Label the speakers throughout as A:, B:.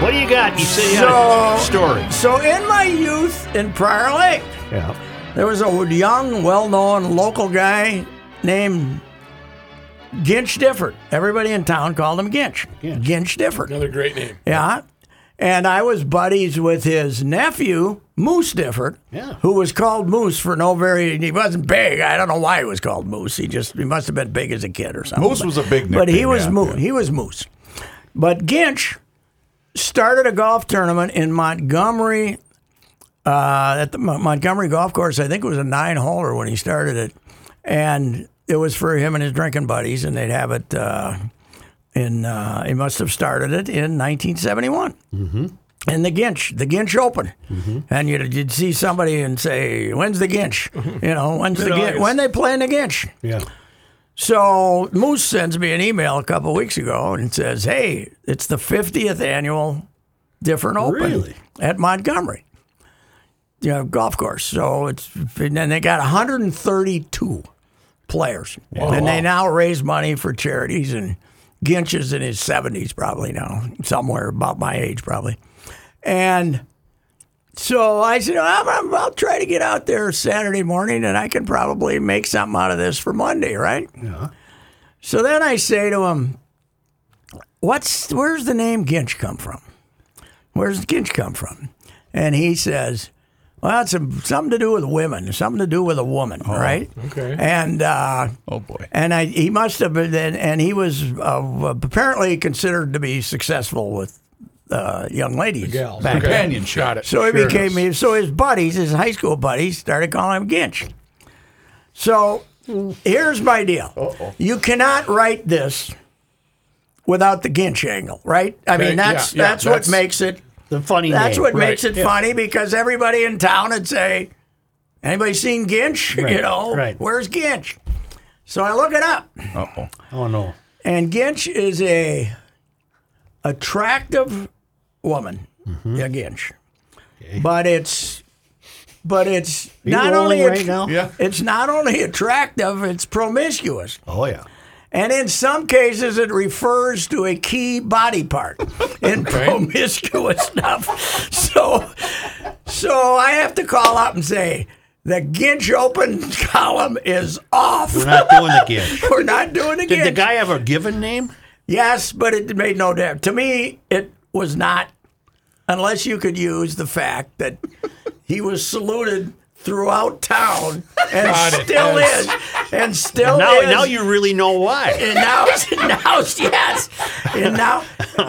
A: What do you got? You say you had a story.
B: So in my youth in Prior Lake,
A: Yeah.
B: there was a young, well-known local guy named Ginch Difford. Everybody in town called him Ginch. Ginch Difford.
C: Another great name.
B: Yeah. And I was buddies with his nephew, Moose Difford,
A: Yeah.
B: who was called Moose for no very, he wasn't big. I don't know why he was called Moose. He just, he must have been big as a kid or something.
D: Moose was a big
B: But he
D: nickname,
B: was
D: yeah,
B: Moose.
D: yeah.
B: He was Moose. But Ginch started a golf tournament in Montgomery, uh, at the Mon- Montgomery Golf Course. I think it was a nine holer when he started it. And it was for him and his drinking buddies, and they'd have it. Uh, in uh, he must have started it in 1971. Mm-hmm. And the Ginch, the Ginch Open,
C: Mm-hmm.
B: and you'd, you'd see somebody and say, "When's the Ginch?" You know, when's the Gin-
C: Mm-hmm. Mid-August.
B: when they playing the Ginch?
C: Yeah.
B: So Moose sends me an email a couple weeks ago and says, "Hey, it's the 50th annual different open
C: Really?
B: at Montgomery, you know, golf course. So it's and then they got 132 players, and they now raise money for charities. And Ginch is in his 70s probably now, somewhere about my age probably, and. So I said, I'm, I'm, I'll try to get out there Saturday morning and I can probably make something out of this for Monday, right? Yeah. So then I say to him, What's where's the name Ginch come from? Where's Ginch come from? And he says, Well, it's a, something to do with women, something to do with a woman, right?
C: Oh, okay.
B: And uh,
D: Oh boy.
B: and I, he must have been, and, and he was uh, apparently considered to be successful with uh, young ladies
C: Gals.
B: back then.
D: Companionship.
C: Got it.
B: So he
C: Sure.
B: became me. So his buddies, his high school buddies, started calling him Ginch. So here's my deal: you cannot write this without the Ginch angle, right? I
C: Okay,
B: mean, that's
C: yeah, yeah,
B: that's,
C: that's-
B: what makes it.
A: The funny
B: That's
A: name.
B: what
C: right,
B: makes it
C: yeah.
B: funny because everybody in town would say, "Anybody seen Ginch? you
A: Right,
B: know,
A: right.
B: where's Ginch?" So I look it up.
D: Uh-oh.
A: Oh no.
B: And Ginch is a attractive woman.
A: Mm-hmm.
B: Yeah, Ginch. But it's but it's
A: you
B: not
A: rolling
B: only
A: right now?
D: Yeah.
B: it's not only attractive, it's promiscuous.
A: Oh yeah.
B: And in some cases it refers to a key body part in promiscuous stuff. So so I have to call up and say the Ginch open column is off.
A: We're not doing the gift.
B: We're not doing it.
A: Did the guy have a given name?
B: Yes, but it made no difference. To me, it was not, unless you could use the fact that he was saluted throughout town and
C: Got it,
B: still
C: yes.
B: is. And still
A: Now,
B: is.
A: now you really know why.
B: And now, now, yes. And now,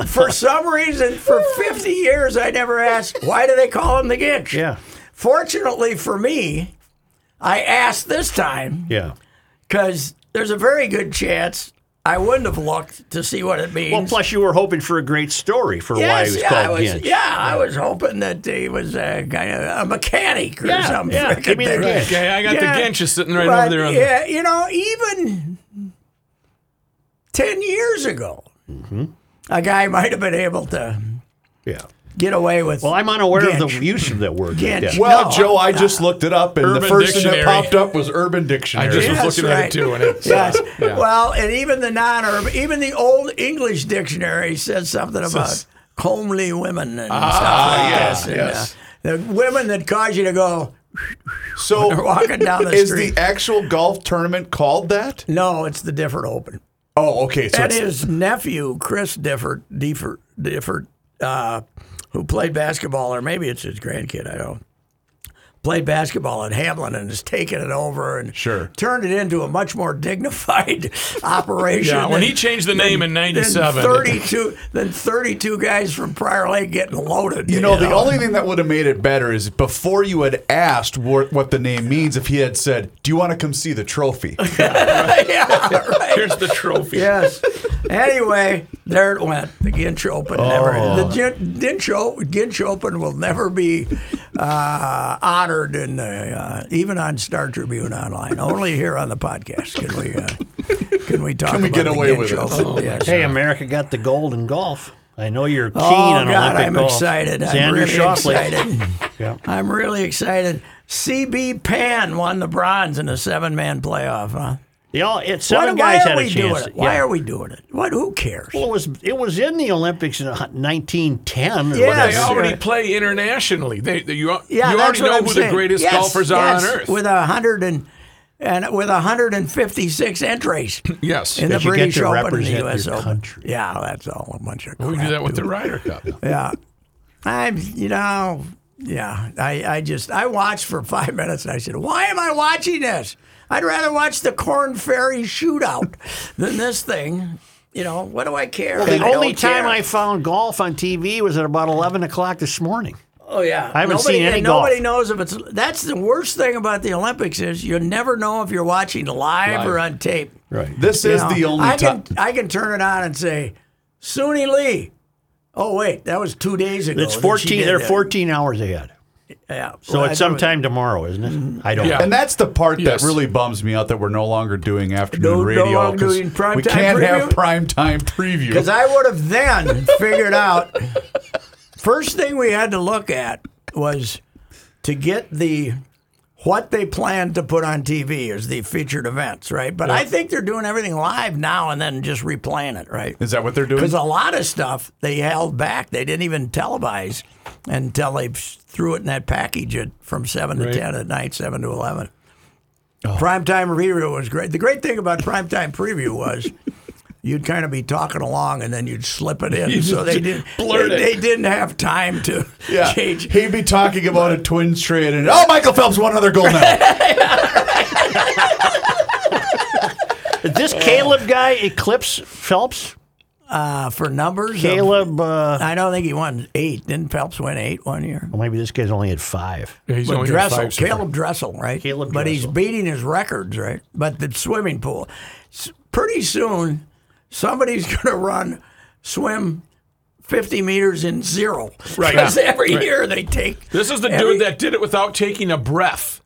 B: for some reason, for 50 years, I never asked, why do they call him the Ginch?
A: Yeah.
B: Fortunately for me, I asked this time
A: Yeah.
B: because there's a very good chance I wouldn't have looked to see what it means.
A: Well, plus you were hoping for a great story for why he was
B: yeah,
A: called
B: I was,
A: Ginch.
B: Yeah, I was hoping that he was a, kind of a mechanic or
A: Yeah,
B: something.
A: yeah, give me the
B: frickin' thing.
A: Ginch.
C: Okay, I got
B: Yeah.
C: the Gench sitting right
B: But,
C: over there. On the,
B: yeah, you know, even
A: Mm-hmm.
B: 10 years ago, a guy might have been able to
A: Yeah.
B: get away with.
A: Well, I'm unaware of
B: Ginch.
A: the use of that word.
B: Ginch.
A: Yeah.
C: Well,
B: No,
C: Joe,
B: I'm
C: I just looked it up, and the
D: Urban
C: first thing
D: Dictionary.
C: that popped up was Urban Dictionary.
D: I just
B: Yes,
D: was looking at
B: right.
D: it too, and it's
C: uh,
B: Yes.
D: yeah.
B: Well, and even the non-urban, even the old English dictionary said something about homely women and
C: yes,
B: stuff like
C: Ah, yes.
B: this. And, uh, the women that cause you to go,
C: so
B: walking down the
C: is
B: street.
C: the actual golf tournament called that?
B: no, it's the different open.
C: Oh, okay. So
B: And
C: it's,
B: his nephew, Chris Difford, Difford, Difford uh, who played basketball, or maybe it's his grandkid, I don't played basketball at Hamlin and has taken it over and
C: Sure.
B: turned it into a much more dignified operation.
D: yeah. When
B: than-
D: he changed the name in
B: than
D: '97,
B: 32 than 32 guys from Prior Lake getting loaded.
C: you know, the only thing that would have made it better is before you had asked what, what the name means, if he had said, "Do you want to come see the trophy?"
B: yeah, right.
D: here's the trophy.
B: Yes. Anyway, there it went. The Ginch Open never.
A: Oh.
B: The Gin- Ginch, O- Ginch Open will never be uh, honored in the uh, even on Star Tribune Online. Only here on the podcast can we uh, can we talk.
C: Can we
B: about
C: get
B: the
C: away
B: Ginch
C: with it? Oh,
B: Open. Yes.
A: Hey, America got the gold in golf. I know you're keen
B: Oh
A: on
B: God,
A: Olympic
B: I'm
A: golf.
B: excited!
A: Xander
B: I'm really
A: Schauffele.
B: excited.
A: Yeah.
B: I'm really excited. CB Pan won the bronze in a seven-man playoff. Huh?
A: They all- it- seven
B: why,
A: guys
B: why are
A: had
B: we
A: a chance.
B: doing it? Why
A: yeah.
B: are we doing it? What? Who cares?
A: Well, it was it was in the Olympics in 1910 or
B: Yeah,
D: They
B: Yes.
A: whatever.
D: already play internationally. They, they- you,
B: Yeah,
D: you
B: that's
D: already
B: what
D: know
B: I'm
D: who
B: saying.
D: the greatest
B: Yes,
D: golfers are
B: yes,
D: on earth.
B: With a hundred and and with a hundred and fifty six entries
D: yes.
B: in the
A: Because you get
B: British
A: to
B: Open and the
A: represent
B: U.S.
A: your
B: Open.
A: country.
B: Yeah, that's all a bunch of crap.
D: we do that with the Ryder Cup.
B: yeah, I'm you know yeah I I just I watched for five minutes and I said why am I watching this? I'd rather watch the Corn Ferry shootout than this thing. You know what do I care?
A: The
B: I don't
A: only time
B: care.
A: I found golf on TV was at about 11 o'clock this morning.
B: Oh yeah,
A: I haven't
B: nobody,
A: seen any
B: and nobody
A: golf.
B: knows if it's. That's the worst thing about the Olympics is you never know if you're watching live, or on tape.
A: Right.
C: This
B: You
C: is
B: know,
C: the only
B: I
C: time.
B: can I can turn it on and say, Suni Lee. Oh wait, that was two days ago.
A: It's
B: that she
A: 14.
B: did
A: They're
B: that.
A: 14 hours ahead.
B: Yeah.
A: So
B: Well, I Mm-hmm.
A: it's
B: thought it was-
A: sometime tomorrow, isn't it? I don't
D: Yeah.
A: know.
C: And that's the part
D: Yes.
C: that really bums me out that we're no longer doing afternoon
B: No- no
C: radio
B: longer
C: 'cause
B: doing prime
C: we
B: time
C: can't have
B: preview?
C: prime time preview.
B: Because I would have then figured out. First thing we had to look at was to get the what they planned to put on TV as the featured events, right? But I think they're doing everything live now and then just replaying it, right?
C: is that what they're doing?
B: Because a lot of stuff they held back, they didn't even televise until they threw it in that package at, from seven to ten at night, seven to eleven.
D: Oh.
B: Primetime preview was great. The great thing about primetime preview was you'd kind of be talking along and then you'd slip it in, so they didn't
D: blurt
B: they,
D: it.
B: they didn't have time to
C: Yeah.
B: change.
C: He'd be talking about a twins trade and oh Michael Phelps won another gold medal.
A: Did this Caleb guy eclipse Phelps?
B: Uh, for numbers, of-
A: Caleb, uh,
B: I don't think he won eight. Didn't Phelps win eight one year?
A: well, maybe this guy's only had five.
D: Yeah, he's
B: But
D: only got
B: Dressel,
D: five so far.
B: Caleb Dressel, right?
A: Caleb
B: but he's
A: Dressel.
B: beating his records, right? But the swimming pool. S- Pretty soon, somebody's going to run, swim 50 meters in zero.
D: Right.
B: Because
D: Yeah.
B: every
D: Right.
B: year they take.
D: This is the
B: every-
D: dude that did it without taking a breath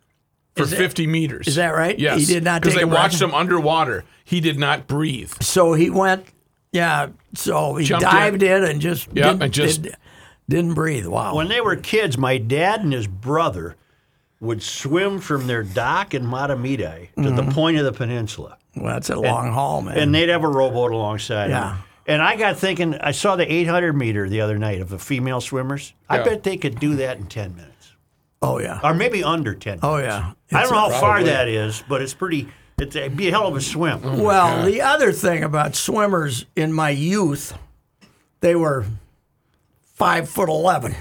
D: for
B: that-
D: 50 meters.
B: is that right?
D: Yes.
B: He did not
D: Because
B: take
D: they
B: a breath?
D: watched him underwater. He did not breathe.
B: So he went, yeah. So he
D: Jumped
B: dived in, and just.
D: Yeah,
B: didn't,
D: and just-
B: did, not breathe. Wow.
A: When they were kids, my dad and his brother would swim from their dock in Matamidi to
B: Mm-hmm.
A: the point of the peninsula.
B: well, that's a long haul, man.
A: and they'd have a rowboat alongside.
B: Yeah.
A: them. And I got thinking, I saw the 800 meter the other night of the female swimmers. I
D: Yeah.
A: bet they could do that in 10 minutes,
B: oh, yeah.
A: or maybe under 10.
B: Oh,
A: minutes.
B: yeah.
A: I don't
B: It's
A: know
B: a-
A: how far that is, but it's pretty. It's, it'd be a hell of a swim.
D: Oh,
B: Well, the other thing about swimmers in my youth, they were five foot eleven.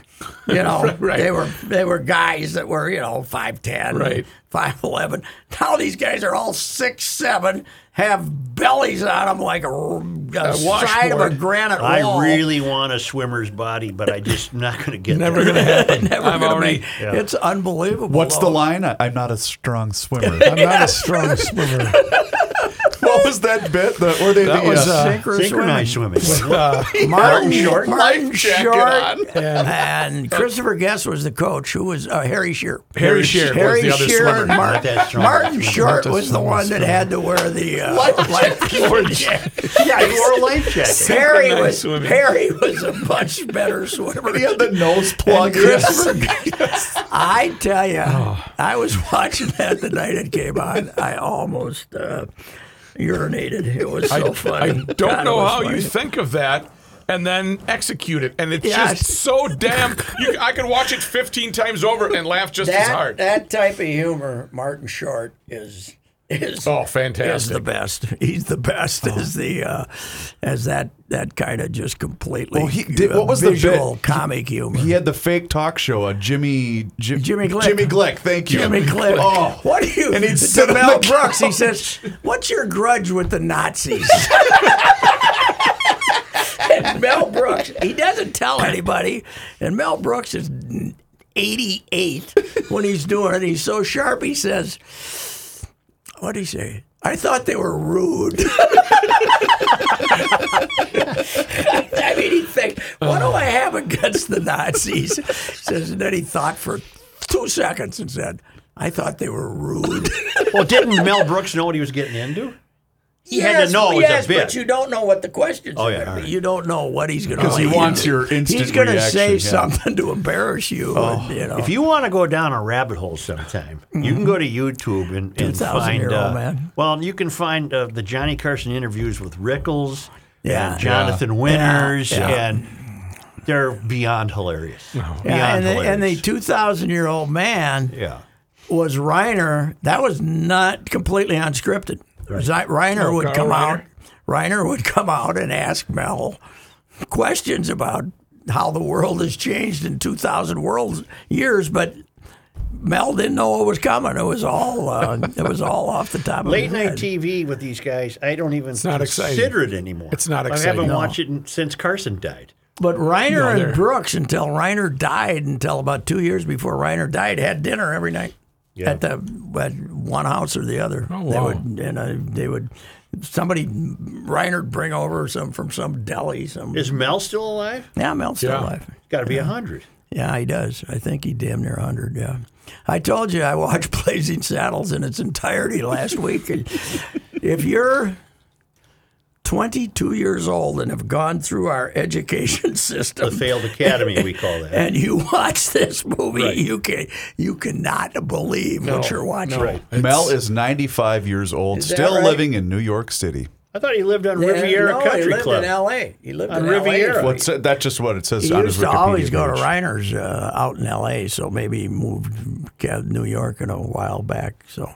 B: You know,
D: Right.
B: they were they were guys that were you know five ten,
D: Right.
B: five eleven. Now these guys are all six seven, have bellies on them like a, r- a side of a
D: washboard.
B: granite wall.
A: I really want a swimmer's body, but I just not going to get
D: Never
A: there.
D: going to happen.
B: Never
D: I'm
B: gonna
D: already.
B: be- It's unbelievable.
C: What's the
B: though.
C: line? I, I'm not a strong swimmer. I'm not a strong swimmer. what was that bit? The, were they
D: That
C: the,
D: was, uh,
B: Synchro
A: Synchronized
B: swimming.
A: swimming.
B: Martin Short, Martin
C: Martin Life jacket
B: Short,
C: on.
B: and, and Christopher Guest was the coach, who was uh, Harry Shearer.
D: Harry Shearer was
B: Harry
D: the other
B: Shearer
D: swimmer.
B: and Mar-
A: Not that strong.
B: Martin Short
C: Not
B: was the
C: that
B: one that
C: strong.
B: had to wear the uh,
C: Life
B: life jacket.
A: yeah, he wore a life jacket.
B: Harry
D: Synchronized
B: was
D: swimming.
B: Harry was a much better swimmer.
C: He had the nose
B: And
C: plug.
B: Christopher,
C: Yes.
B: I tell you, I was watching that the night it came on. I almost uh, urinated. It was so
D: I
B: funny. God,
D: don't
B: it
D: know
B: was
D: how
B: funny.
D: you think of that and then execute it. And it's
B: Yeah,
D: just
B: it's-
D: so damn. You, I could watch it 15 times over and laugh just as
B: that,
D: hard.
B: that type of humor, Martin Short is is
D: oh,
B: is the
D: fantastic.
B: best. He's the best
C: Oh.
B: as the uh, as that that kind of just completely.
C: Well, he did- what was the bit-
B: visual comic humor?
C: He had the fake talk show, a Jimmy Jim,
B: Jimmy Glick.
C: Jimmy Glick, thank you.
B: Jimmy Cliff.
C: Oh,
B: what do you?
C: And he'd
B: to
C: sit on
B: Mel
C: the
B: Brooks. He
C: couch.
B: says, "What's your grudge with the Nazis?" and Mel Brooks, he doesn't tell anybody. And Mel Brooks is 88 when he's doing it. He's so sharp. He says, "What would he say?" I thought they were rude. I mean, he thinks, what do I have against the Nazis? Says, and then he thought for two seconds and said, I thought they were rude.
A: Well, didn't Mel Brooks know what he was getting into?
B: He
A: had to know it was a
B: but
A: bit.
B: you don't know what the questions
A: Oh,
B: are.
A: yeah,
B: gonna
A: all
B: be.
A: right.
B: You don't know what he's going to
C: 'Cause he wants your
B: He's
C: instant
B: gonna
C: reaction,
B: say
C: yeah.
B: something to embarrass you. and, you know.
A: Oh, If you want to go down a rabbit hole sometime, you can go to YouTube and, and
B: 2000
A: find.
B: year old
A: uh,
B: man.
A: Well, you can find uh, the Johnny Carson interviews with Rickles,
B: Yeah,
A: and Jonathan Winters,
B: yeah.
A: and they're beyond hilarious. Beyond
B: yeah, and, the,
A: hilarious.
B: and the 2,000 year old man.
A: yeah.
B: was Reiner. That was not completely unscripted. Zi- Reiner would
D: Carl
B: come out.
D: Reiner.
B: Reiner would come out and ask Mel questions about how the world has changed in two thousand world years, but Mel didn't know what was coming. It was all uh, it was all off the top of
A: Late
B: his
A: night
B: head.
A: TV with these guys, I don't even
D: not exciting.
A: consider it anymore.
D: It's not
A: I
D: exciting.
A: haven't
D: No.
A: watched it in- since Carson died.
B: But
D: No,
B: Reiner
D: they're-
B: and Brooks, until Reiner died, until about two years before Reiner died, had dinner every night at the at one house or the other.
D: Oh,
B: They
D: wow.
B: would, and uh, they would somebody Reiner would bring over some from some deli. Some
A: Is Mel still alive?
B: yeah, Mel's still
D: Yeah.
B: alive.
A: Got to be a hundred.
B: Yeah, he does. I think he damn near 100, yeah. I told you I watched Blazing Saddles in its entirety last week. And if you're 22 years old and have gone through our education
A: The
B: system
A: failed academy, we call that.
B: and you watch this movie,
A: Right.
B: you can you cannot believe what you're watching.
C: Mel is 95 years old,
B: that
C: still
B: right?
C: living in New York City.
A: I thought he lived on
B: Yeah,
A: Riviera
B: no, he
A: Country
B: lived
A: Club.
B: in L.A. He lived
A: On
B: in
A: Riviera.
B: L.A.
C: What's that's just what it says
B: He
C: on
B: used
C: his
B: to
C: Wikipedia
B: always go to
C: page.
B: Reiner's uh, out in L.A., so maybe he moved to New York in a while back, so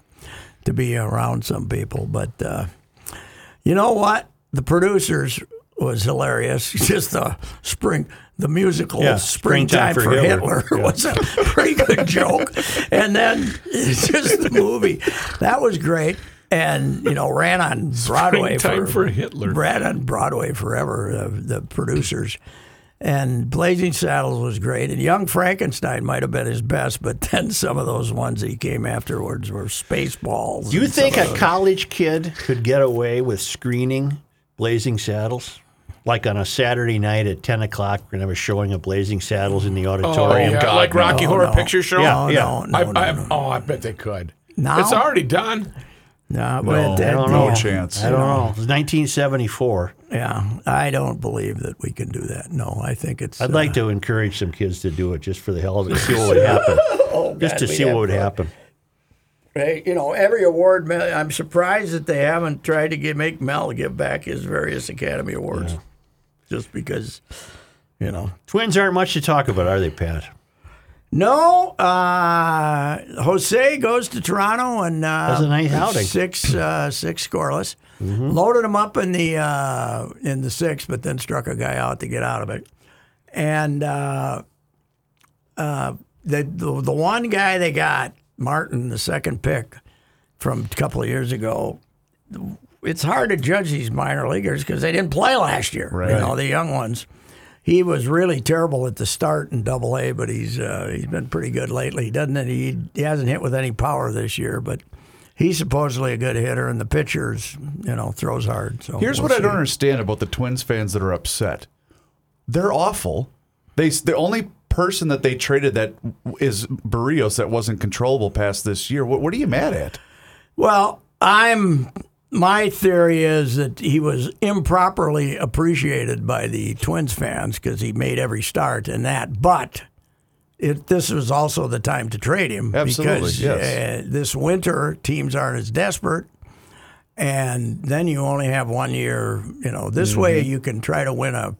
B: to be around some people. But uh, you know what? The producers was hilarious. Just the spring, the musical
A: Yeah,
B: "Springtime,
A: Springtime for
B: for Hitler,"
A: Hitler.
B: was a pretty good joke, and then it's just the movie that was great. And you know, ran on Broadway
D: Springtime for Hitler.
B: ran on Broadway forever. Uh, the producers and Blazing Saddles was great, and Young Frankenstein might have been his best, but then some of those ones he came afterwards were Spaceballs.
A: Do you
B: and some
A: think
B: of
A: a college kid could get away with screening Blazing Saddles? Like on a Saturday night at 10 o'clock, we're going to have a showing of Blazing Saddles in the
D: Oh,
A: auditorium.
D: yeah, like Rocky Horror Picture Show.
A: Yeah,
B: No,
A: yeah.
B: no, no,
D: I,
B: no,
D: I,
B: no.
D: Oh, I bet they could.
B: Now?
D: It's already done.
B: No,
C: No,
B: but that-
C: I don't
B: yeah.
C: know. No chance.
A: I don't know. It was 1974.
B: Yeah, I don't believe that we can do that. No, I think it's.
A: I'd
B: uh,
A: like to encourage some kids to do it just for the hell of it, see what would happen. just to
B: we'd
A: see what
B: have
A: would
B: fun.
A: happen.
B: Hey, you know, every award. Mel- I'm surprised that they haven't tried to get, make Mel give back his various Academy Awards, just because, you know.
A: Twins aren't much to talk about, are they, Pat?
B: No, uh, Jose goes to Toronto and uh,
A: That's a nice outing. Mm-hmm.
B: Six, uh, six scoreless. Loaded him up in the uh, in the six, but then struck a guy out to get out of it. And uh, the, the the one guy they got, Martin, the second pick from a couple of years ago. It's hard to judge these minor leaguers because they didn't play last year. You know the young ones. He was really terrible at the start in Double A, but he's uh, he's been pretty good lately. He doesn't he? He hasn't hit with any power this year, but he's supposedly a good hitter, and the pitcher's you know throws hard. So
C: Here's
B: we'll
C: what I don't
B: see.
C: understand about the Twins fans that are upset. They're awful. They the only person that they traded that is Barrios that wasn't controllable past this year. What, what are you mad at?
B: Well, I'm. My theory is that he was improperly appreciated by the Twins fans because he made every start and that. But it, this was also the time to trade him
C: Absolutely,
B: because uh,
C: yes.
B: this winter teams aren't as desperate, and then you only have one year. You know, this way
A: Mm-hmm.
B: you can try to win a,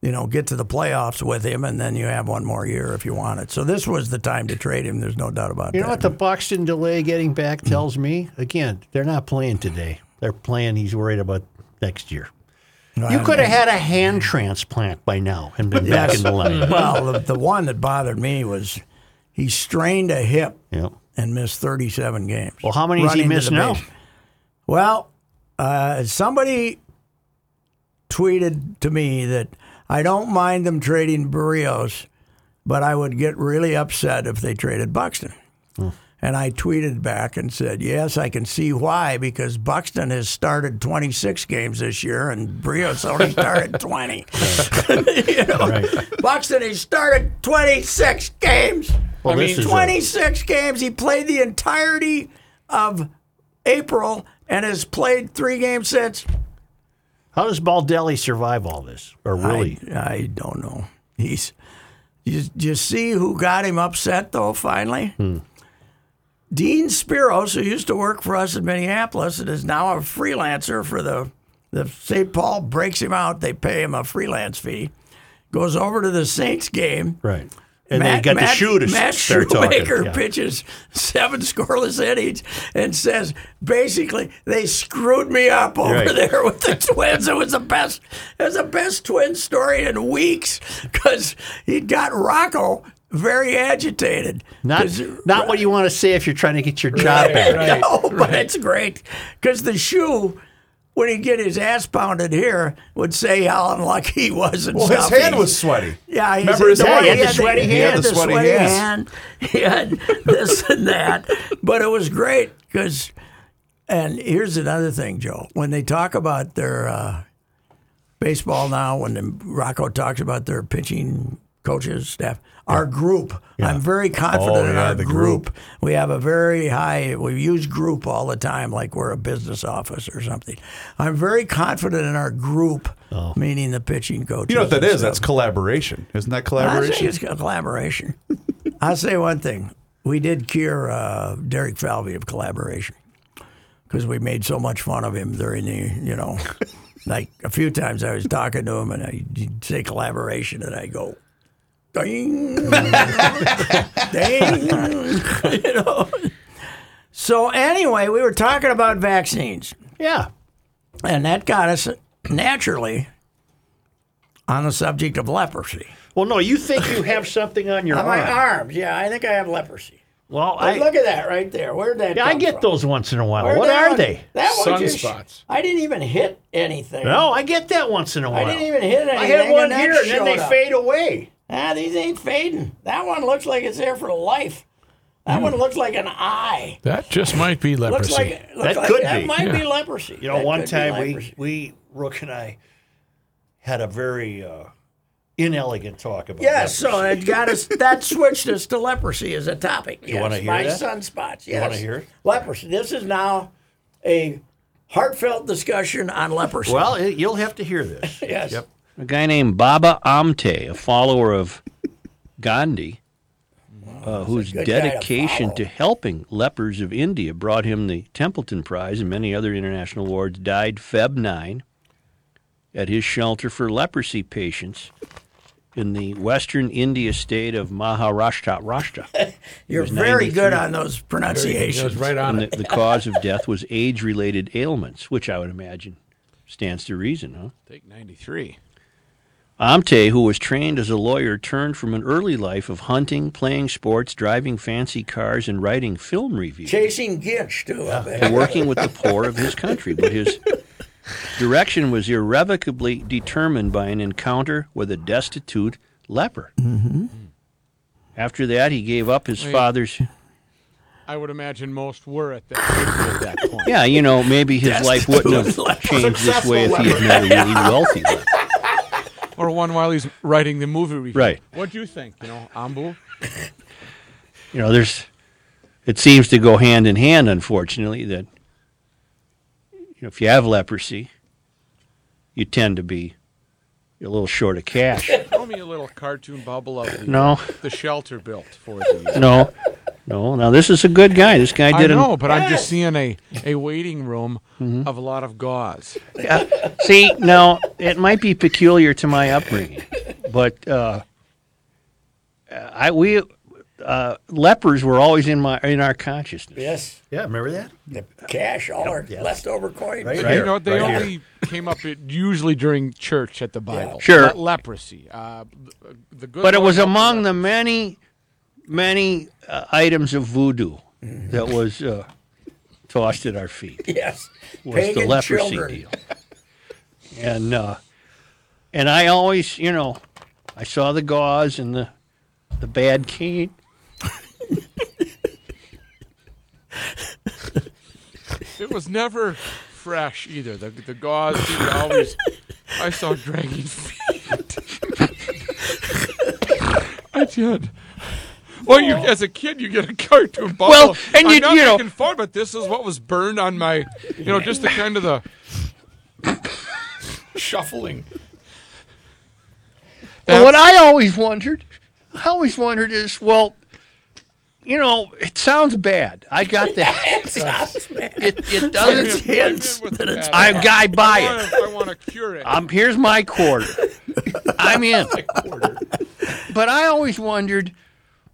B: you know, get to the playoffs with him, and then you have one more year if you want it. So this was the time to trade him. There's no doubt about
A: You
B: that.
A: know what the Buxton delay getting back tells me? Again, they're not playing today. They're playing. He's worried about next year. You could have had a hand transplant by now and been back in the lineup.
B: well, the, the one that bothered me was he strained a hip
A: Yeah.
B: and missed 37 games.
A: Well, how many has he
B: Running to
A: missed
B: the
A: now?
B: base. Well, uh, somebody tweeted to me that I don't mind them trading Barrios, but I would get really upset if they traded Buxton.
A: Hmm.
B: And I tweeted back and said, Yes, I can see why, because Buxton has started 26 games this year and Brios only started 20. you know, Buxton, he started 26 games.
A: Well,
B: I
A: this
B: mean,
A: is a-
B: 26 games. He played the entirety of April and has played three games since.
A: How does Baldelli survive all this? Or really?
B: I, I don't know. He's. You, you see who got him upset though? Finally, Dean Spiros, who used to work for us in Minneapolis and is now a freelancer for the the St. Paul, breaks him out. They pay him a freelance fee. Goes over to the Saints game.
A: right. And they got the shoe to
B: Matt
A: start
B: Shoemaker
A: talking. Yeah.
B: pitches seven scoreless innings and says, basically, they screwed me up over
A: Right.
B: there with the Twins. It was the best, it was the best Twin story in weeks because he got Rocco very agitated.
A: Not,
B: 'Cause-
A: not what you want to say if you're trying to get your job back.
B: no, but it's great because the shoe. When he get his ass pounded here, would say how unlucky he was and
C: Well,
B: stuff.
C: his hand
B: He's-
C: was sweaty.
B: yeah, he's
C: Remember his
B: no,
C: hand?
B: He
C: He had
B: had
C: the sweaty
B: He had
C: hand.
B: the
C: Sweaty
B: sweaty
C: hands.
B: hand. He had this and that. But it was great because. And here's another thing, Joe. When they talk about their uh, baseball now, when the, Rocco talks about their pitching coaches, staff, our group, I'm very confident
C: Oh,
B: in
C: yeah,
B: our
C: the
B: group. We have a very high, we use group all the time, like we're a business office or something. I'm very confident in our group, meaning the pitching coaches.
C: You know what that
B: and
C: is?
B: stuff.
C: That's collaboration. Isn't that
B: I think
C: collaboration?
B: it's a collaboration. I'll say one thing. We did cure uh, Derek Falvey of collaboration because we made so much fun of him during the, you know, like a few times I was talking to him and I he'd say collaboration and I go, ding, ding, you know. So anyway, we were talking about vaccines.
A: Yeah.
B: And that got us naturally on the subject of leprosy.
A: Well, no, you think you have something on your
B: On my
A: arm.
B: arms, yeah. I think I have leprosy.
A: Well,
B: But
A: I,
B: look at that right there. Where'd that?
A: yeah, I
B: come
A: get
B: from?
A: those once in a while.
B: Where'd
A: what
B: that
A: are
B: one-
A: they?
B: That one just-
D: Sunspots.
B: I didn't even hit anything.
A: No, I get that once in a while.
B: I didn't even hit anything.
A: I had one
B: and that
A: here, and then
B: showed
A: they
B: up.
A: fade away.
B: Ah, these ain't fading. That one looks like it's there for life. That
A: Hmm.
B: one looks like an eye.
D: That just might be
B: Looks
D: leprosy.
B: like looks
A: That
B: like-
A: could
B: that
A: be.
B: might be leprosy.
A: You know,
B: That
A: one
B: could be
A: time we,
B: leprosy.
A: we, Rook and I, had a very uh, inelegant talk about
B: Yes,
A: leprosy.
B: so it got us. That switched us to leprosy as a topic. You yes,
A: wanna hear
B: my
A: that?
B: sunspots. Yes,
A: wanna hear it?
B: leprosy. This is now a heartfelt discussion on leprosy.
A: Well, it, you'll have to hear this.
B: yes,
E: a guy named Baba Amte, a follower of Gandhi, uh, whose
B: good guy to
E: dedication
B: follow.
E: to, helping lepers of India brought him the Templeton Prize and many other international awards, died Feb 9 at his shelter for leprosy patients in the western India state of Maharashtra. Rashtra.
B: you're
E: was
B: very
E: 93.
B: good on those
D: It
B: pronunciations.
D: was right on
E: And
D: it.
E: the, the cause of death was age related ailments, which I would imagine stands to reason, huh?
D: Take 93.
E: Amte, who was trained as a lawyer, turned from an early life of hunting, playing sports, driving fancy cars, and writing film reviews
B: Chasing Ginch too. I bet.
E: to working with the poor of his country. But his direction was irrevocably determined by an encounter with a destitute leper. After that, he gave up his father's
F: I would imagine most were at that, at that point.
E: Yeah, you know, maybe his life wouldn't have changed this way if he had met a really wealthy one.
F: Or one while he's writing the movie review.
E: Right.
F: What do you think? You know, Ambu?
E: You know, there's it seems to go hand in hand, unfortunately, that you know, if you have leprosy, you tend to be a little short of cash.
F: Throw me a little cartoon bubble of the,
E: No.
F: the shelter built for the.
E: No. No. Now this is a good guy. This guy
F: I
E: did
F: know,
E: not
F: but I'm just seeing a, a waiting room
E: Mm-hmm.
F: of a lot of gauze.
E: uh, See, now it might be peculiar to my upbringing, but uh, I we uh, lepers were always in my in our consciousness.
B: Yes.
A: Yeah, remember that?
B: The cash, all our leftover coins.
A: Right?
F: you know, they
A: right here.
F: only came up it, usually during church at the Bible.
E: Sure.
F: Le- leprosy. Uh, th- the good
E: But it
F: Lord
E: was
F: helped
E: among
F: us.
E: the many, many uh, items of voodoo that was uh, tossed at our feet.
B: Yes.
E: was
B: Pagan
E: the leprosy
B: children.
E: deal. And uh, and I always, you know, I saw the gauze and the the bad cane.
F: It was never fresh either. The, the gauze seemed to always. I saw dragging feet. I did. Well, you as a kid, you get a cartoon bubble.
E: Well, and you-
F: I'm not
E: you know-
F: making fun, but this is what was burned on my, you know, just the kind of the.
D: Shuffling.
E: But what I always wondered, I always wondered is, well, you know, it sounds bad. I got that. it, it
B: It's
E: doesn't.
B: hints
F: with
B: that
F: the
B: it's
F: bad.
E: I guy buy
F: I
E: it.
F: wanna- I want to cure it.
E: Um, here's my quarter. I'm in. But I always wondered,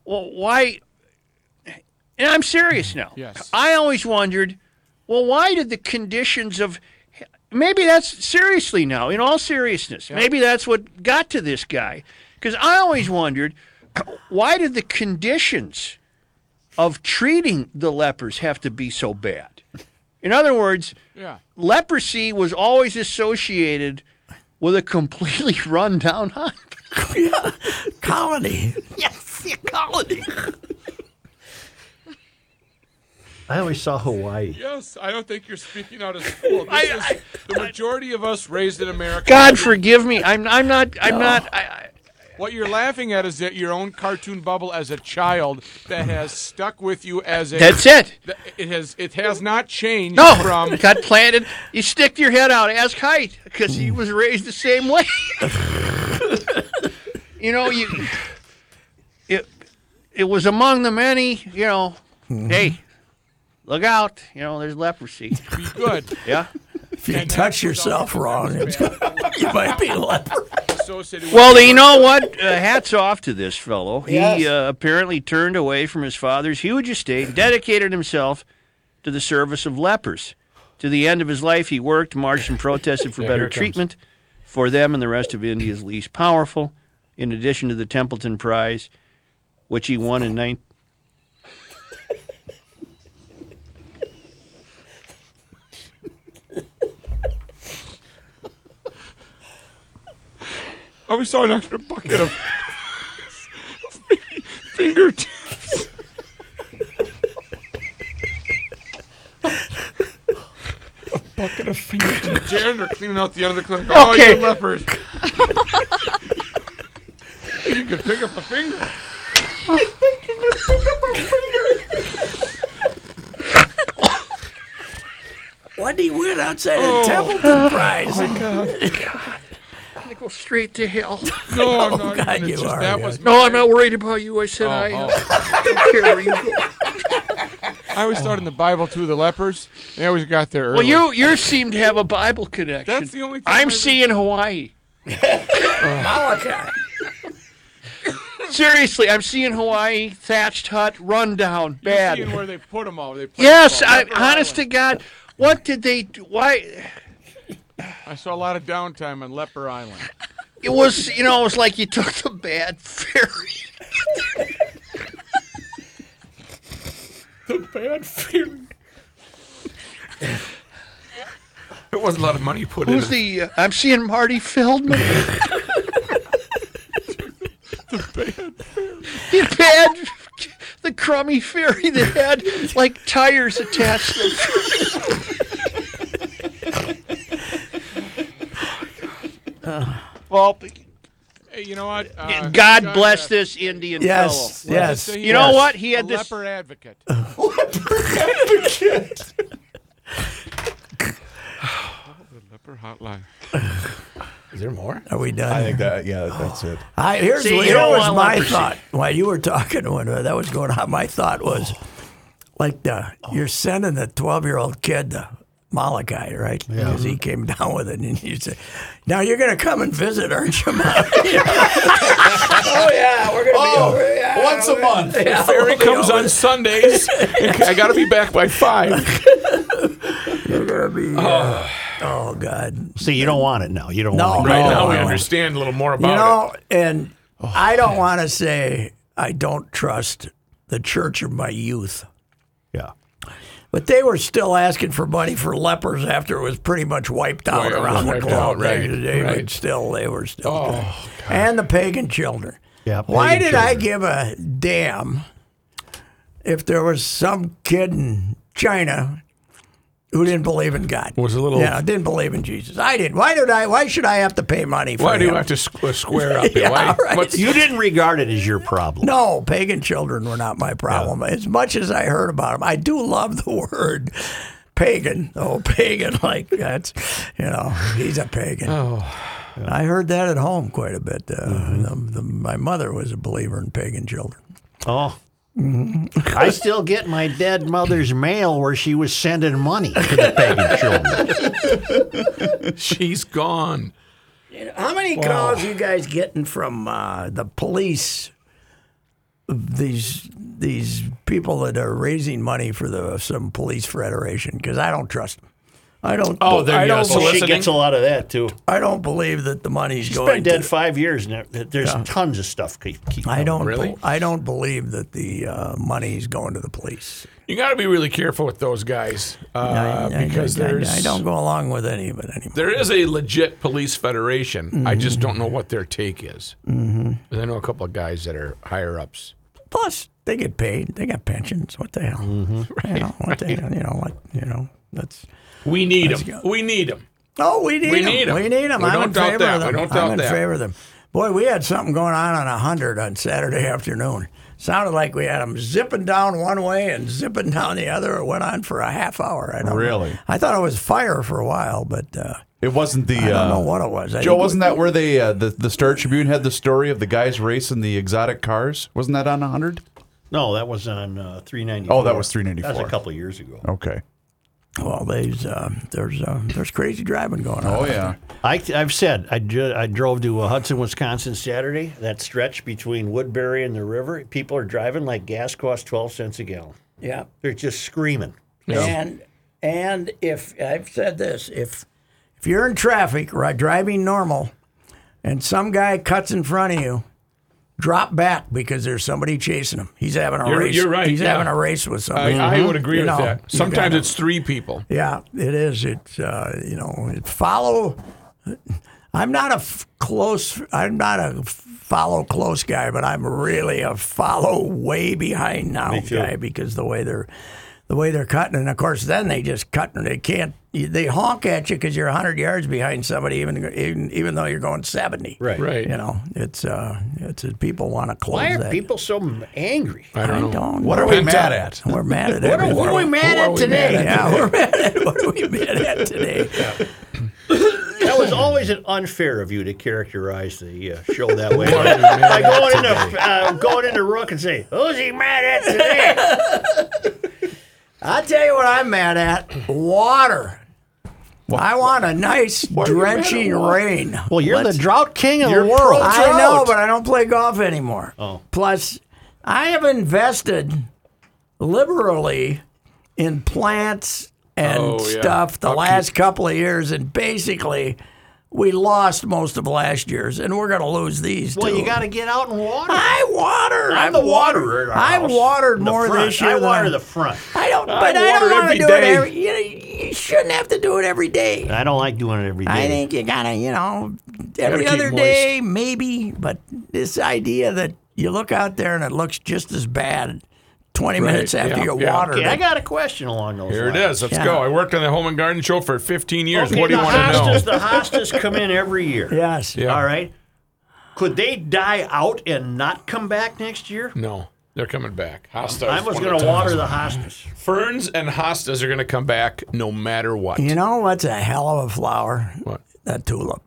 E: well, why? And I'm serious now.
F: Yes.
E: I always wondered, well, why did the conditions of maybe that's seriously now, in all seriousness, maybe that's what got to this guy. Because I always wondered, why did the conditions of treating the lepers have to be so bad? In other words,
F: yeah.
E: leprosy was always associated with a completely rundown hive.
B: colony.
A: I always saw Hawaii.
F: Yes, I don't think you're speaking out of school. This is, the majority of us raised in America.
E: God forgive me. I'm I'm not I'm not I, I,
F: What you're laughing at is that your own cartoon bubble as a child that has stuck with you as a.
E: that's it.
F: Th- It has it has not changed
E: No,
F: from
E: got planted. You stick your head out, ask height, because he was raised the same way. you know, you it it was among the many. You know, hey, look out! You know, there's leprosy.
F: be good.
E: Yeah.
B: If you touch yourself wrong, it's, you might be a leper.
F: associated with
E: Well, you know what? Uh, hats off to this fellow. He
B: Yes.
E: uh, apparently turned away from his father's huge estate, and dedicated himself to the service of lepers. To the end of his life, he worked, marched, and protested for better treatment for them and the rest of India's least powerful. In addition to the Templeton Prize, which he won in nine.
F: I was saw an extra bucket of fingertips. bucket of fingertips. Janitor cleaning out the end of the clinic. Oh,
E: Okay.
F: you lepers. you could pick up a finger.
B: What did he win outside of the Templeton Prize?
E: I go straight to hell.
F: No,
E: Oh,
F: I'm not.
B: God,
F: even-
B: you
F: it's just-
B: are
F: that
B: good.
F: was
E: No, I'm not worried about you. I said
F: Oh,
E: I
F: oh.
E: don't care where you go.
F: I always thought in the Bible too, the lepers. They always got there early.
E: Well, you you seem to have a Bible connection.
F: That's the only. Time
E: I'm
F: I-
E: seeing Hawaii.
B: Malachi.
E: Seriously, I'm seeing Hawaii thatched hut rundown
F: You're
E: bad.
F: Seeing where they put them all. They put 'em
E: Yes,
F: all.
E: I,
F: Leper
E: honest to
F: Island.
E: God, what did they? do? Why
F: I saw a lot of downtime on Leper Island.
E: it was you know it was like you took the bad ferry.
D: There wasn't a lot of money put
E: Who's
D: in.
E: the? Uh, I'm seeing Marty Feldman. the bad, the bad, the
G: crummy ferry that had like tires attached. to it. well,
F: Hey, you know what? Uh,
E: God
F: uh,
E: bless this Indian
B: Yes,
E: fellow.
B: yes.
F: so he
E: You know
F: was
E: what? He
F: a
E: had this.
F: leper advocate. leper hotline.
A: Is there more?
B: Are we done?
C: I think that yeah, that's it.
B: I here's
E: See,
B: what-
E: you
B: here
E: don't
B: was
E: want
B: my
E: leprosy.
B: thought while you were talking when that was going on. My thought was like the, you're sending the 12 year old kid to Malachi, right? Because he came down with it, and you say, "Now you're going to come and visit, aren't you?" Mom? oh yeah, we're going to be over. Yeah,
C: Once a month.
B: yeah,
F: Barry
B: we'll be
F: comes
B: over.
F: on Sundays. I got to be back by five.
B: You're going to be. uh, oh God.
A: See, you don't want it now. You don't
B: No.
A: want it.
F: Right
B: Oh,
F: now, we
B: wow.
F: understand a little more
B: You
F: about
B: know, and
E: Oh,
B: I don't want to say I don't trust the church of my youth.
A: Yeah.
B: But they were still asking for money for lepers after it was pretty much wiped out
F: Wiped-
B: around the
F: wiped
B: globe.
F: out, right,
B: They- they
F: right.
B: would still, they were still.
F: Oh,
B: doing it. and the pagan children.
A: Yeah,
B: Why
A: pagan
B: did I give a damn if there was some kid in China who didn't believe in God?
F: Was a little-
B: yeah, didn't believe in Jesus. I didn't. Why did I? Why should I have to pay money
F: it.
B: for
F: Why do you
B: him?
F: have to squ- square up? here?
B: Yeah,
F: Why,
B: right.
F: what's-
A: You didn't regard it as your problem.
B: No, pagan children were not my problem. As much as I heard about them, I do love the word pagan. Oh, pagan, like that's, you know, he's a pagan. Oh. I heard that at home quite a bit. Uh,
F: Mm-hmm.
B: the- the- my mother was a believer in pagan children.
A: Oh. I still get my dead mother's mail where she was sending money to the pagan children.
F: she's gone.
B: How many calls you guys getting from uh, the police? These these people that are raising money for the some police federation because I don't trust them. I don't.
F: Oh, they're,
B: I
F: you know,
B: don't
F: so-
A: Well, she
F: Soliciting?
A: gets a lot of that too.
B: I don't believe that the money's
A: She's
B: going
A: been dead
B: to.
A: five years now. There's tons of stuff. Keep, keep
B: I don't.
F: Oh, Really?
B: I don't believe that the uh, money's going to the police.
F: You got to be really careful with those guys uh,
B: I- I-
F: because
B: I, I-
F: there's
B: I don't go along with any of it anymore.
F: there is a legit police federation. I
B: Mm-hmm.
F: just don't know what their take is. Mm-hmm. I know a couple of guys that are higher ups.
B: Plus, they get paid. They got pensions. What the hell?
F: Mm-hmm.
B: You know what? They, you know what? You know that's.
F: We need them. We need them.
B: Oh, we need
F: We
B: 'em.
F: need 'em.
B: We need 'em.
F: We
B: I'm
F: don't
B: in
F: doubt
B: favor of
F: that. We
B: them.
F: don't
B: I'm
F: doubt
B: in
F: that.
B: favor of them. Boy, we had something going on on 100 on Saturday afternoon. Sounded like we had them zipping down one way and zipping down the other. It went on for a half hour. I don't know.
C: Really?
B: I thought it was fire for a while, but uh,
C: It wasn't the.
B: I don't
C: uh,
B: know what it was. I
C: Joe,
B: think
C: wasn't that where they uh, the the Star Tribune had the story of the guys racing the exotic cars? Wasn't that on hundred?
A: No, that was on uh, 394.
C: Oh, that was
A: That was
C: 394.
A: a couple of years ago.
C: Okay.
B: Well, there's uh, there's uh, there's crazy driving going on.
C: Oh yeah.
A: I, I've said I, ju- I drove to uh, Hudson, Wisconsin Saturday. That stretch between Woodbury and the river, people are driving like gas costs twelve cents a gallon.
B: Yeah.
A: They're just screaming.
B: And and if I've said this, if if you're in traffic, right, driving normal, and some guy cuts in front of you, drop back because there's somebody chasing him. He's having a
F: You're-
B: race.
F: you're right,
B: He's
F: yeah.
B: having a race with
F: I,
B: somebody. Mm-hmm.
F: I would agree
B: You
F: with
B: know, you
F: that. Sometimes
B: gotta-
F: it's three people.
B: Yeah, it is. It's uh, you know, it follow. I'm not a f- close. I'm not a follow close guy, but I'm really a follow way behind now guy because the way they're the way they're cutting, and of course, then they just cut and they can't. They honk at you because you're 100 yards behind somebody, even even even though you're going 70.
F: Right.
B: You know, it's uh, it's people want to close
A: Why are
B: that.
A: people so m- angry?
F: I don't know.
B: what
C: are we mad at?
B: We're mad at
A: What are, what are we
B: everything.
A: mad
F: Who are
A: at
F: we
A: today?
F: mad
B: Yeah, we're mad at what are we mad at today?
A: That was always an unfair of you to characterize the uh, show that way. By going into uh, going into Rook and say, "Who's he mad at today?"
B: I'll tell you what I'm mad at water. I want a nice drenching rain.
A: Well, you're the drought king of the world.
B: I know, but I don't play golf anymore.
A: Oh.
B: Plus, I have invested liberally in plants and
F: Oh, yeah.
B: stuff the last couple of years, and basically, we lost most of last year's, and we're going to lose these.
A: well,
B: too.
A: you got to get out and water.
B: I water.
A: I'm the waterer. at our
B: I
A: house.
B: watered
A: In the
B: more
A: front.
B: this year.
A: I
B: than
A: water the front.
B: I don't, but I,
F: water
B: don't want to
F: every
B: do
F: day.
B: it every. You, you shouldn't have to do it every day.
A: I don't like doing it every day.
B: I think you gotta, you know, every
F: keep
B: other
F: moist.
B: day maybe. But this idea that you look out there and it looks just as bad 20 minutes after
F: yeah,
B: you
F: yeah.
B: watered
A: Okay, I
B: it.
A: got a question along those
F: Here it
A: lines.
F: is. Let's
B: Yeah.
F: go. I worked on the Home and Garden Show for 15 years.
A: Okay,
F: what do you
A: the
F: want
A: hostas,
F: to know?
A: The hostas come in every year.
B: Yes.
F: Yeah.
A: All right. Could they die out and not come back next year?
F: No, they're coming back. Hostas.
A: I was
F: one
A: going
F: of
A: to
F: the
A: water
F: toughest.
A: the hostas.
F: Ferns and hostas are going to come back no matter what.
B: You know what's a hell of a flower?
F: What?
B: That tulip.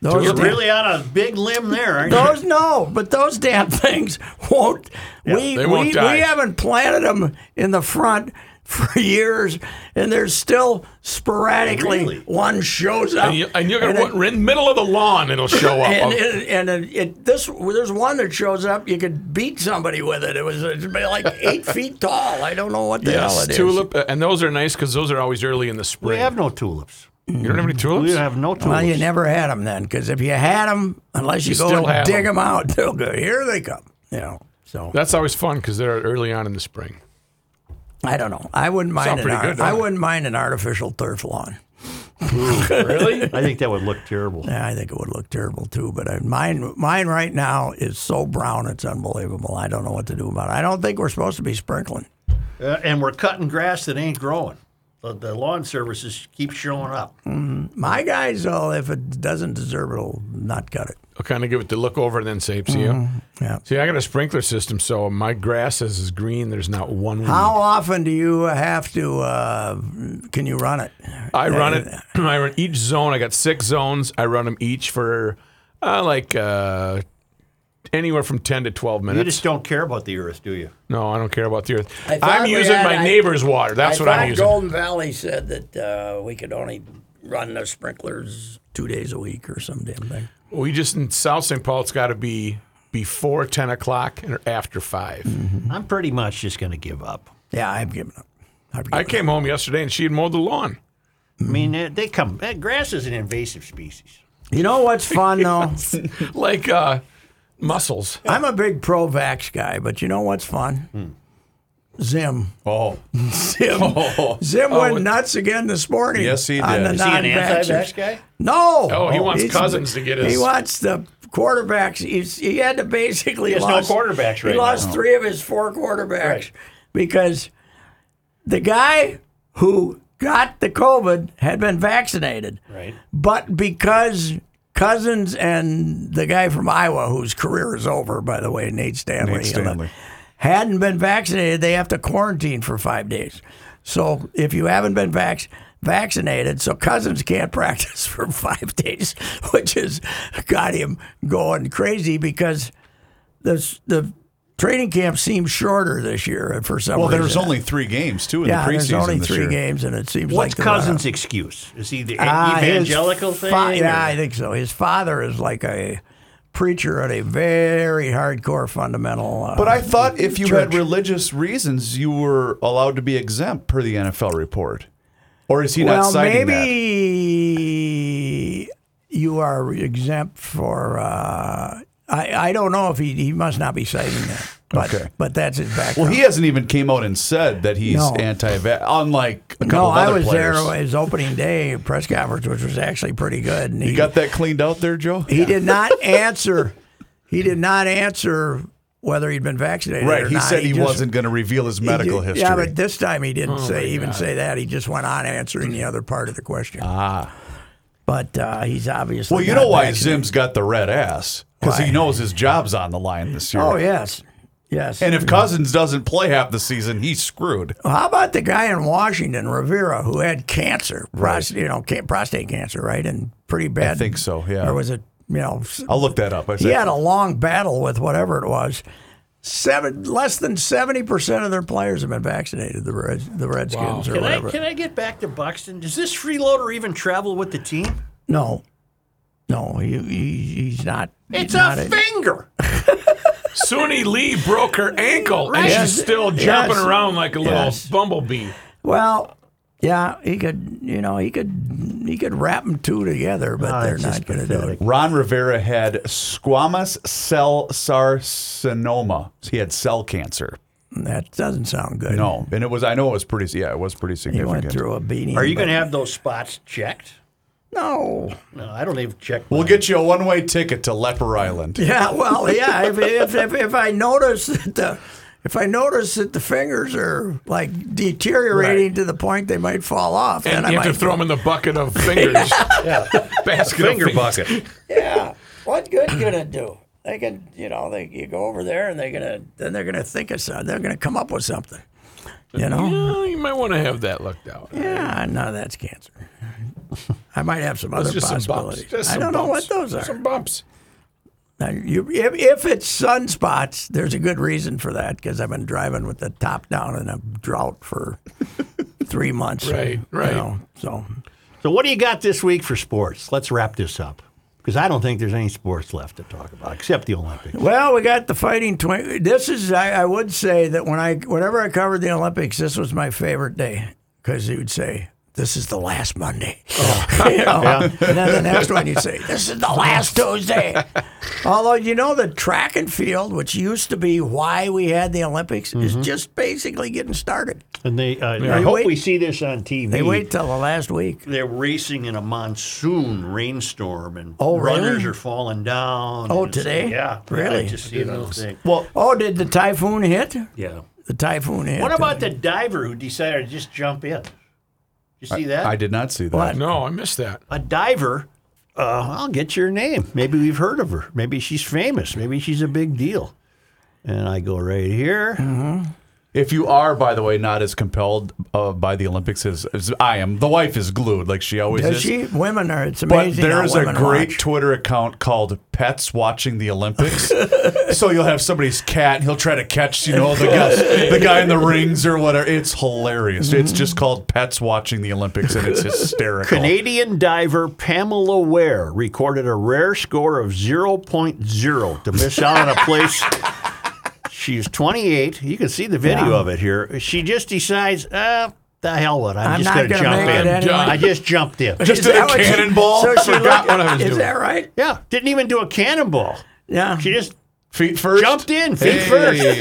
B: Those
A: You're
B: damn-
A: really on a big limb there, aren't you?
B: Those no, but those damn things won't. we
F: They won't
B: we,
F: die.
B: we haven't planted them in the front for years, and there's still sporadically
A: Really?
B: one shows up.
F: And, you, and you're going
B: and
F: to
B: it-
F: in the middle of the lawn, it'll show up.
B: and, it, and it, it, this there's one that shows up. You could beat somebody with it. It was it'd be like eight feet tall. I don't know what the hell
F: yes,
B: it is.
F: tulip. uh, And those are nice because those are always early in the
A: We
F: spring.
A: have no tulips.
F: you don't have any
A: We
F: tulips?
A: have no tulips.
B: Well, you never had them then, because if you had them, unless you,
F: You
B: go
F: still
B: and
F: have
B: dig
F: 'em.
B: them out, they'll go. Here they come. You know. So
F: That's always fun because they're early on in the spring.
B: I don't know. I wouldn't mind. An
F: pretty
B: ar-
F: good, don't
B: I
F: it?
B: wouldn't mind an artificial turf lawn.
A: I think that would look terrible.
B: Yeah, I think it would look terrible too. But I, mine, mine right now is so brown, it's unbelievable. I don't know what to do about it. I don't think we're supposed to be sprinkling.
A: Uh, and we're cutting grass that ain't growing. The, the lawn services keep showing up.
B: My guys, though, if it doesn't deserve it, will not cut it.
F: I'll kind of give it the look over and then say, see you.
B: Yeah.
F: See, I got a sprinkler system, so my grass is as green. There's not one weed.
B: How often do you have to? Uh, can you run it?
F: I run it. I run each zone. I got six zones. I run them each for uh, like uh, anywhere from ten to twelve
A: You
F: minutes.
A: just don't care about the earth, do you?
F: no, I don't care about the earth.
B: I thought
F: I'm
B: we
F: using
B: had-
F: my
B: I-
F: neighbor's water. That's
B: I
F: what
B: thought
F: I'm using.
B: Golden Valley said that uh, we could only run the sprinklers two days a week or some damn thing.
F: We just in South St. Paul, it's got to be before ten o'clock or after 5
B: Mm.
A: I'm pretty much just going to give up.
B: Yeah, I've given up. I've given
F: I
B: up.
F: came home yesterday and she had mowed the lawn.
A: I
B: Mm-hmm.
A: mean, uh, they come. uh, grass is an invasive species.
B: You know what's fun though?
F: like uh, mussels.
B: I'm a big pro vax guy, but you know what's fun? Zim.
C: Oh,
B: Zim. Zim went nuts again this morning.
C: Yes, he
B: On
C: did.
B: the
A: Is
C: Is
A: he an
B: non-vaxxers.
A: anti-vax guy?
B: No.
F: Oh, he wants
B: he's-
F: Cousins to get
B: He
F: his-
B: wants the quarterbacks. He's, he had to basically
A: He has no
B: lost,
A: quarterbacks
B: He
A: right now.
B: lost three of his four quarterbacks
A: Right.
B: because the guy who got the COVID had been vaccinated.
A: Right.
B: But because Cousins and the guy from Iowa, whose career is over, by the way, Nate Stanley,
C: Nate Stanley.
B: hadn't been vaccinated, they have to quarantine for five days. So if you haven't been vax- vaccinated, so Cousins can't practice for five days, which has got him going crazy because the the training camp seems shorter this year for some
C: well,
B: reason.
C: there's only three games too in
B: yeah,
C: the preseason
B: there's only
C: this
B: three
C: year.
B: games, and it seems
A: What's
B: like the-
A: Cousins' excuse? Is he the e-
B: Ah, his
A: evangelical
B: fa-
A: thing? or-
B: yeah, I think so. His father is like a preacher at a very hardcore fundamental. Uh,
C: But I thought if you had
B: Church.
C: religious reasons, you were allowed to be exempt per the NFL report. Or is he not
B: well,
C: citing that?
B: maybe you are exempt for. Uh, I I don't know if he he must not be citing that. But,
C: Okay.
B: but that's his
C: Well,
B: background.
C: he hasn't even came out and said that he's
B: No.
C: anti-vax. Unlike a couple
B: no,
C: of
B: I
C: other
B: was
C: players.
B: there his opening day press conference, which was actually pretty good. And he,
C: You got that cleaned out there, Joe?
B: He did not answer. He did not answer whether he'd been vaccinated.
C: Right.
B: or
C: He
B: not.
C: said he,
B: just-
C: wasn't going to reveal his
B: he
C: medical
B: ju-
C: history.
B: Yeah, but this time he didn't say even say that. He just went on answering
C: Mm.
B: the other part of the question. Ah. But uh, he's obviously.
C: well, you
B: not
C: know why
B: vaccinated.
C: Zim's got the red ass because
B: Why?
C: he knows his job's on the line this year.
B: Oh yes, yes.
C: And if Cousins doesn't play half the season, he's screwed.
B: How about the guy in Washington, Rivera, who had cancer, prostate, you know, ca- prostate cancer, right, and pretty bad.
C: I think so, yeah.
B: Or was it, you know, s-
C: I'll look that up. I
B: he
C: said-
B: had a long battle with whatever it was. Seven less than seventy percent of their players have been vaccinated. The Red, the Redskins or
A: Can I,
B: whatever.
A: can I get back to Buxton? Does this freeloader even travel with the team?
B: No, no, he, he, he's not.
A: It's
B: he's not
A: a finger.
F: Suni Lee broke her ankle and
B: Yes.
F: she's still
B: Yes.
F: jumping around like a little
B: Yes.
F: bumblebee.
B: Well, yeah, he could. You know, he could. He could wrap them two together, but
A: Oh,
B: they're
A: it's
B: not
A: just
B: going to do it.
A: pathetic.
C: Ron Rivera had squamous cell carcinoma. He had cell cancer.
B: That doesn't sound good.
C: No, and it was. I know it was pretty. Yeah, it was pretty
B: He went
C: significant.
B: through a beating.
A: Are you
B: but-
A: going to have those spots checked?
B: No.
A: No, I don't even check.
C: We'll
A: mine.
C: get you a one-way ticket to Leper Island.
B: Yeah. Well. Yeah. If if if, if I notice that the if I notice that the fingers are like deteriorating to the point they might fall off,
F: And
B: then I
F: you
B: might
F: have to throw them in the bucket of fingers. yeah. Basket of
G: Finger
F: fingers.
G: bucket.
B: Yeah. What good can it do? They can, you know, they you go over there and they're gonna then they're gonna think of something. They're gonna come up with something. You know?
F: Oh, you might want to have that looked out.
B: Yeah. no, that's cancer. I might have some
F: That's
B: other
F: just some bumps.
B: possibilities.
F: Just
B: I
F: some
B: don't know what
F: bumps.
B: those are.
F: Some bumps.
B: Now, you, if, if it's sunspots, there's a good reason for that because I've been driving with the top down in a drought for three months.
F: Right, right.
B: You know, so
A: So, what do you got this week for sports? Let's wrap this up because I don't think there's any sports left to talk about except the Olympics.
B: Well, we got the fighting twenty. This is I, I would say that when I whenever I covered the Olympics, this was my favorite day because you would say this is the last Monday,
F: Oh.
B: You know? and then the next one you'd say this is the last Tuesday. Although you know the track and field, which used to be why we had the Olympics,
F: Mm-hmm.
B: is just basically getting started.
A: And they, uh, I
B: They
A: hope
B: wait-
A: we see this on TV.
B: They wait till the last week.
A: They're racing in a monsoon rainstorm, and
B: Oh, really?
A: runners are falling down.
B: Oh,
A: and it's-
B: today?
A: Yeah,
B: Really?
A: I just see it on the thing.
B: Well, oh, did the typhoon hit?
A: Yeah.
B: The typhoon hit.
A: What about the diver who decided to just jump in? You see that?
C: I did not see that.
B: What?
F: No, I missed that.
A: a diver. Uh, I'll get your name. Maybe we've heard of her. Maybe she's famous. Maybe she's a big deal. And I go right here.
C: If you are, by the way, not as compelled uh, by the Olympics as, as I am, the wife is glued like she always
B: Does
C: is.
B: she? Women are. It's
C: But
B: amazing.
C: there
B: how
C: is a
B: women
C: great
B: watch.
C: Twitter account called Pets Watching the Olympics. so you'll have somebody's cat, and he'll try to catch, you know, the guy, the guy in the rings or whatever. It's hilarious.
B: Mm-hmm.
C: It's just called Pets Watching the Olympics, and it's hysterical.
A: Canadian diver Pamela Ware recorded a rare score of 0.0 to miss out on a place. She's 28. You can see the video of it here. She just decides, uh, the hell with it. I'm,
B: I'm
A: just
B: not
A: going to
B: gonna
A: jump
B: make
A: in.
B: it anyway.
A: I just jumped in.
C: Just
B: Is
C: did a
B: that what she-
C: cannonball.
B: So she
C: Forgot
B: looked-
C: what I was
B: is
C: doing.
B: that right?
A: Yeah, didn't even do a cannonball.
B: Yeah.
A: She just
C: Feet first.
A: jumped in, feet first.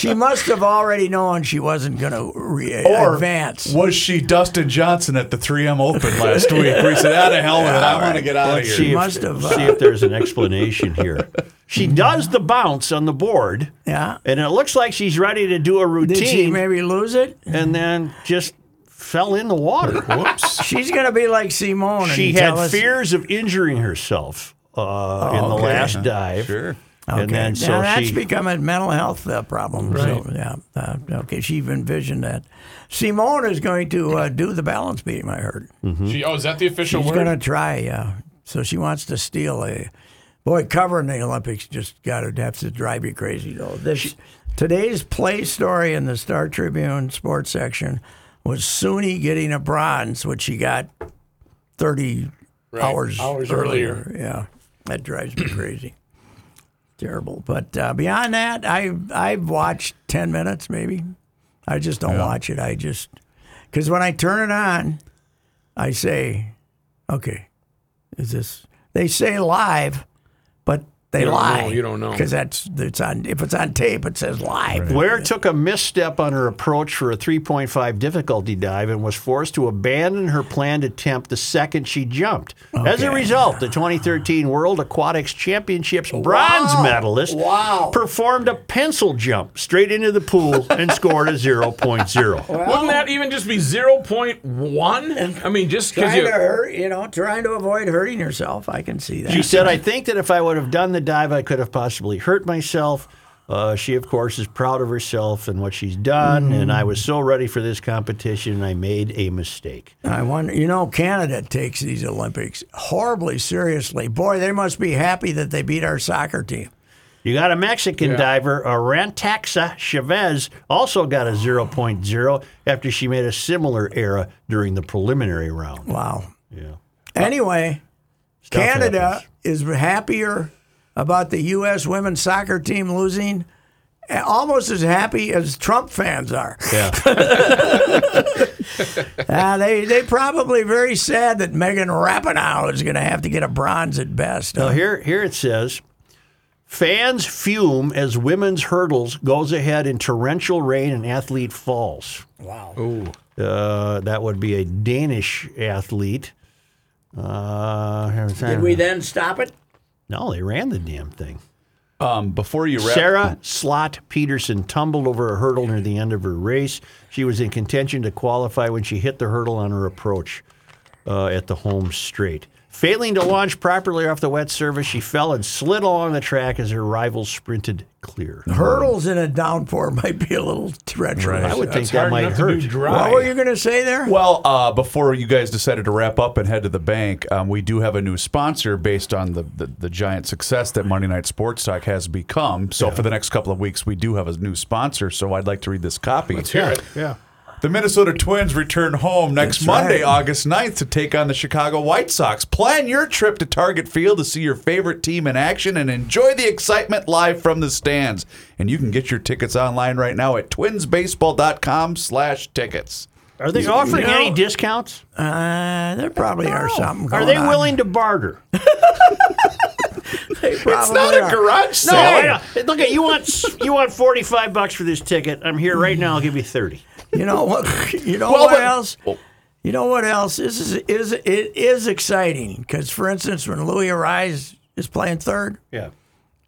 B: She must have already known she wasn't going to re-
C: Or
B: advance.
C: was she Dustin Johnson at the 3M Open last week? We said, "Out of hell with it! I want to get out of
A: Let's see
C: here."
A: if,
B: Must have,
A: see
B: uh,
A: if there's an explanation here. She does the bounce on the board,
B: Yeah.
A: and it looks like she's ready to do a routine,
B: Did she maybe lose it?
A: and then just fell in the water. Whoops.
B: She's going to be like Simone. and
A: she
B: tell
A: had
B: us-
A: fears of injuring herself uh, in the
B: Oh, okay. Uh-huh.
A: last dive. Sure. And
B: Okay.
A: then so
B: now that's
A: she,
B: become a mental health uh, problem. So, yeah. Uh, okay. She envisioned that. Simone is going to uh, do the balance beam, I heard.
F: She, oh, is that the official
B: She's
F: word?
B: going to try, yeah. So she wants to steal a. Boy, covering the Olympics just got to have to drive you crazy, though. This, today's play story in the Star Tribune sports section was Suni getting a bronze, which she got 30 hours,
F: hours
B: earlier. Yeah. That drives me crazy. Terrible. But uh, beyond that, I, I've watched 10 minutes maybe. I just don't watch it. I just. Because when I turn it on, I say, okay, is this? They say live, but they
F: don't
B: lie.
F: know, you don't know.
B: because that's it's on. If it's on tape, it says live.
A: Ware took a misstep on her approach for a 3.5 difficulty dive and was forced to abandon her planned attempt the second she jumped. As a
B: Okay.
A: result, the 2013 World Aquatics Championships bronze medalist performed a pencil jump straight into the pool and scored a 0.0.
F: Wouldn't that even just be 0.1? I mean, just because
B: Trying to
F: you.
B: hurt, you know, trying to avoid hurting herself. I can see that.
A: She said, I think that if I would have done the dive, I could have possibly hurt myself. Uh, she, of course, is proud of herself and what she's done. And I was so ready for this competition, and I made a mistake.
B: I wonder, you know, Canada takes these Olympics horribly seriously. Boy, they must be happy that they beat our soccer team.
A: You got a Mexican diver, Arantaxa Chavez, also got a 0.0 after she made a similar error during the preliminary round.
B: Wow.
A: Yeah.
B: Anyway,
A: Stuff
B: Canada
A: happens.
B: is happier about the U.S. women's soccer team losing, and almost as happy as Trump fans are.
A: Yeah.
B: Uh, they they probably very sad that Megan Rapinoe is going to have to get a bronze at best.
A: now
B: huh?
A: here, here it says, fans fume as women's hurdles goes ahead in torrential rain and athlete falls.
B: wow.
A: Uh, that would be a Danish athlete. Uh,
B: Did we then stop it?
A: no, they ran the damn thing.
C: Um, before you wrap,
A: Sarah Slot Peterson tumbled over a hurdle near the end of her race. She was in contention to qualify when she hit the hurdle on her approach uh, at the home straight. Failing to launch properly off the wet surface, she fell and slid along the track as her rival sprinted clear.
B: Hurdles in a downpour might be a little treacherous.
A: I would think that
F: hard
A: might
F: enough to do
A: hurt.
F: dry.
B: What were you going to say there?
C: Well, uh, before you guys decided to wrap up and head to the bank, um, we do have a new sponsor based on the, the, the giant success that Monday Night Sports Talk has become. So, for the next couple of weeks, we do have a new sponsor. So, I'd like to read this copy. Let's
D: hear it.
A: Yeah.
C: The Minnesota Twins return home next
B: That's
C: Monday,
B: right.
C: August 9th, to take on the Chicago White Sox. Plan your trip to Target Field to see your favorite team in action and enjoy the excitement live from the stands. And you can get your tickets online right now at twinsbaseball.com slash tickets.
A: Are they offering any discounts?
B: Uh, there probably are something. Going
A: Are they
B: on.
A: willing to barter?
B: They
C: It's not a
B: probably are.
C: garage
A: No,
C: sale.
A: I don't- hey, look at you want you want forty five bucks for this ticket. I'm here right now. I'll give you thirty.
B: You know what? You know
C: Well,
B: what
C: but- Oh.
B: else? You know what else? This is is it is exciting because, for instance, when Louis Arise is playing third,
A: Yeah.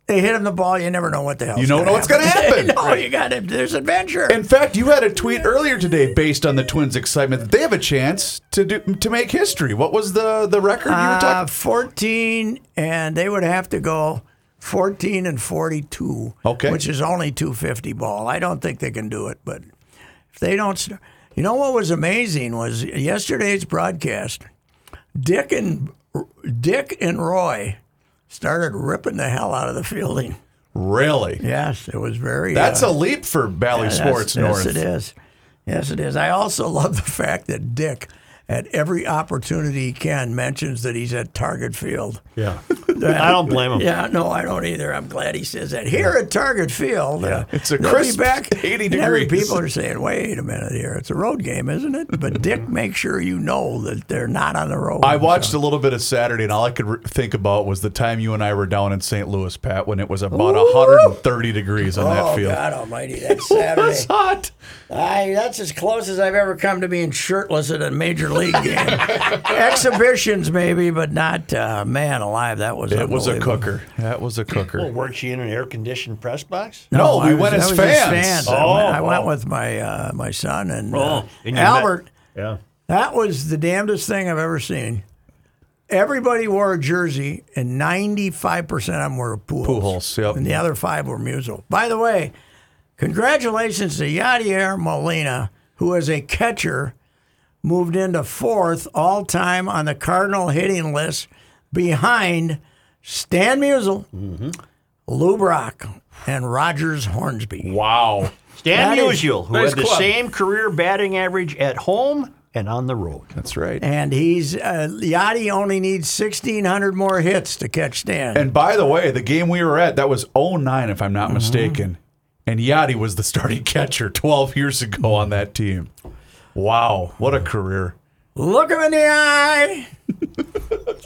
B: they hit him the ball. You never know what the hell.
C: You don't know what's gonna happen.
B: no, you got it. There's adventure.
C: In fact, you had a tweet earlier today based on the Twins' excitement that they have a chance to do to make history. What was the the record you were
B: uh,
C: talking?
B: 14, and they would have to go 14 and 42,
C: Okay.
B: which is only 250 ball. I don't think they can do it, but if they don't, st- you know what was amazing was yesterday's broadcast. Dick and Dick and Roy started ripping the hell out of the fielding.
C: Really?
B: Yes, it was very.
C: That's
B: uh,
C: a leap for Valley
B: yeah,
C: Sports
B: that's-
C: North.
B: Yes, it is. Yes, it is. I also love the fact that Dick, at every opportunity he can, mentions that he's at Target Field.
A: Yeah. I don't
C: Oh.
A: blame them.
B: Yeah, no, I don't either. I'm glad he says that. Here at Target Field, uh,
C: It's a
B: they'll
C: crisp
B: be back.
C: 80
B: and every
C: degrees.
B: People are saying, "Wait a minute, here it's a road game, isn't it?" But Dick makes sure you know that they're not on the road.
C: I watched a little bit of Saturday, and all I could re- think about was the time you and I were down in St. Louis, Pat, when it was about 130 degrees on
B: Oh
C: that field.
B: God Almighty! That's Saturday.
C: hot.
B: I, that's as close as I've ever come to being shirtless at a major league game. Exhibitions, maybe, but not uh, man alive. That was
C: It was a
B: unbelievable.
C: cooker. That was a
A: Well,
C: cooker.
A: weren't she in an air conditioned press box?
C: No,
B: I
C: we
B: was-
C: went
B: I
C: as
B: was just
C: fans.
B: I, went, I
A: Oh,
B: went
A: oh.
B: with my uh, my son and, uh,
A: Oh, and you
B: Albert.
A: Yeah.
B: That was the damnedest thing I've ever seen. Everybody wore a jersey, and ninety-five percent of them were Pujols.
C: Pujols, yep.
B: And the other five were Musial. By the way, congratulations to Yadier Molina, who as a catcher moved into fourth all-time on the Cardinal hitting list, behind Stan Musial,
C: Mm-hmm.
B: Lou Brock, and Rogers Hornsby.
C: Wow.
A: Dan
B: That is-
A: Musial, who
D: nice
A: had the
D: club.
A: same career batting average at home and on the road.
C: That's right.
B: And he's uh, Yachty only needs sixteen hundred more hits to catch Stan.
C: And by the way, the game we were at, that was 09, if I'm not
B: Mm-hmm.
C: mistaken. And Yachty was the starting catcher 12 years ago on that team. Wow. What a career.
B: look them in the eye,